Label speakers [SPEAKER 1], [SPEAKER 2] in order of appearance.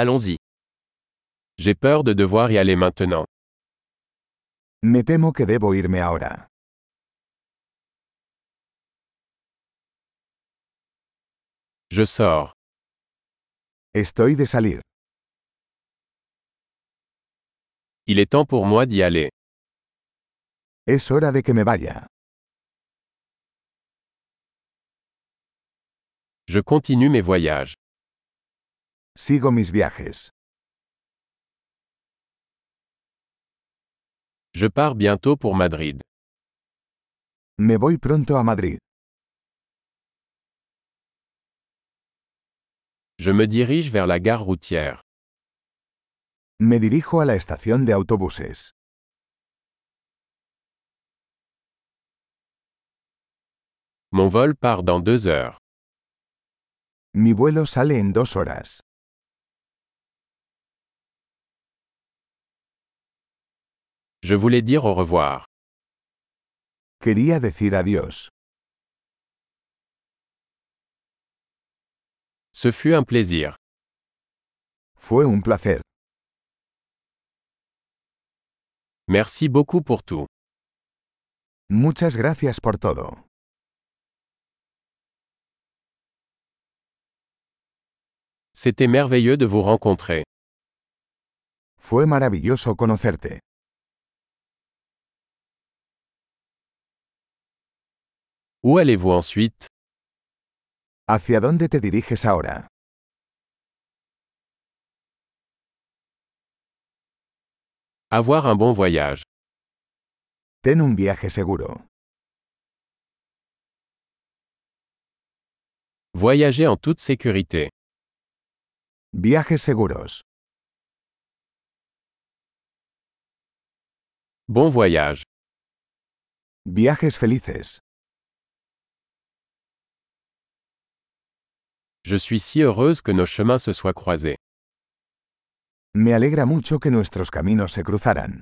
[SPEAKER 1] Allons-y. J'ai peur de devoir y aller maintenant.
[SPEAKER 2] Me temo que debo irme ahora.
[SPEAKER 1] Je sors.
[SPEAKER 2] Estoy de salir.
[SPEAKER 1] Il est temps pour moi d'y aller.
[SPEAKER 2] Es hora de que me vaya.
[SPEAKER 1] Je continue mes voyages.
[SPEAKER 2] Sigo mis viajes.
[SPEAKER 1] Je pars bientôt pour Madrid.
[SPEAKER 2] Me voy pronto a Madrid.
[SPEAKER 1] Je me dirige vers la gare routière.
[SPEAKER 2] Me dirijo a la estación de autobuses.
[SPEAKER 1] Mon vol part dans deux heures.
[SPEAKER 2] Mi vuelo sale en dos horas.
[SPEAKER 1] Je voulais dire au revoir.
[SPEAKER 2] Quería decir adiós.
[SPEAKER 1] Ce fut un plaisir.
[SPEAKER 2] Fue un placer.
[SPEAKER 1] Merci beaucoup pour tout.
[SPEAKER 2] Muchas gracias por todo.
[SPEAKER 1] C'était merveilleux de vous rencontrer.
[SPEAKER 2] Fue maravilloso conocerte.
[SPEAKER 1] Où allez-vous ensuite
[SPEAKER 2] ¿Hacia dónde te diriges ahora?
[SPEAKER 1] Avoir un bon voyage.
[SPEAKER 2] Ten un viaje seguro.
[SPEAKER 1] Voyager en toute sécurité.
[SPEAKER 2] Viajes seguros.
[SPEAKER 1] Bon voyage.
[SPEAKER 2] Viajes felices.
[SPEAKER 1] Je suis si heureuse que nos chemins se soient croisés.
[SPEAKER 2] Me alegra mucho que nuestros caminos se cruzaran.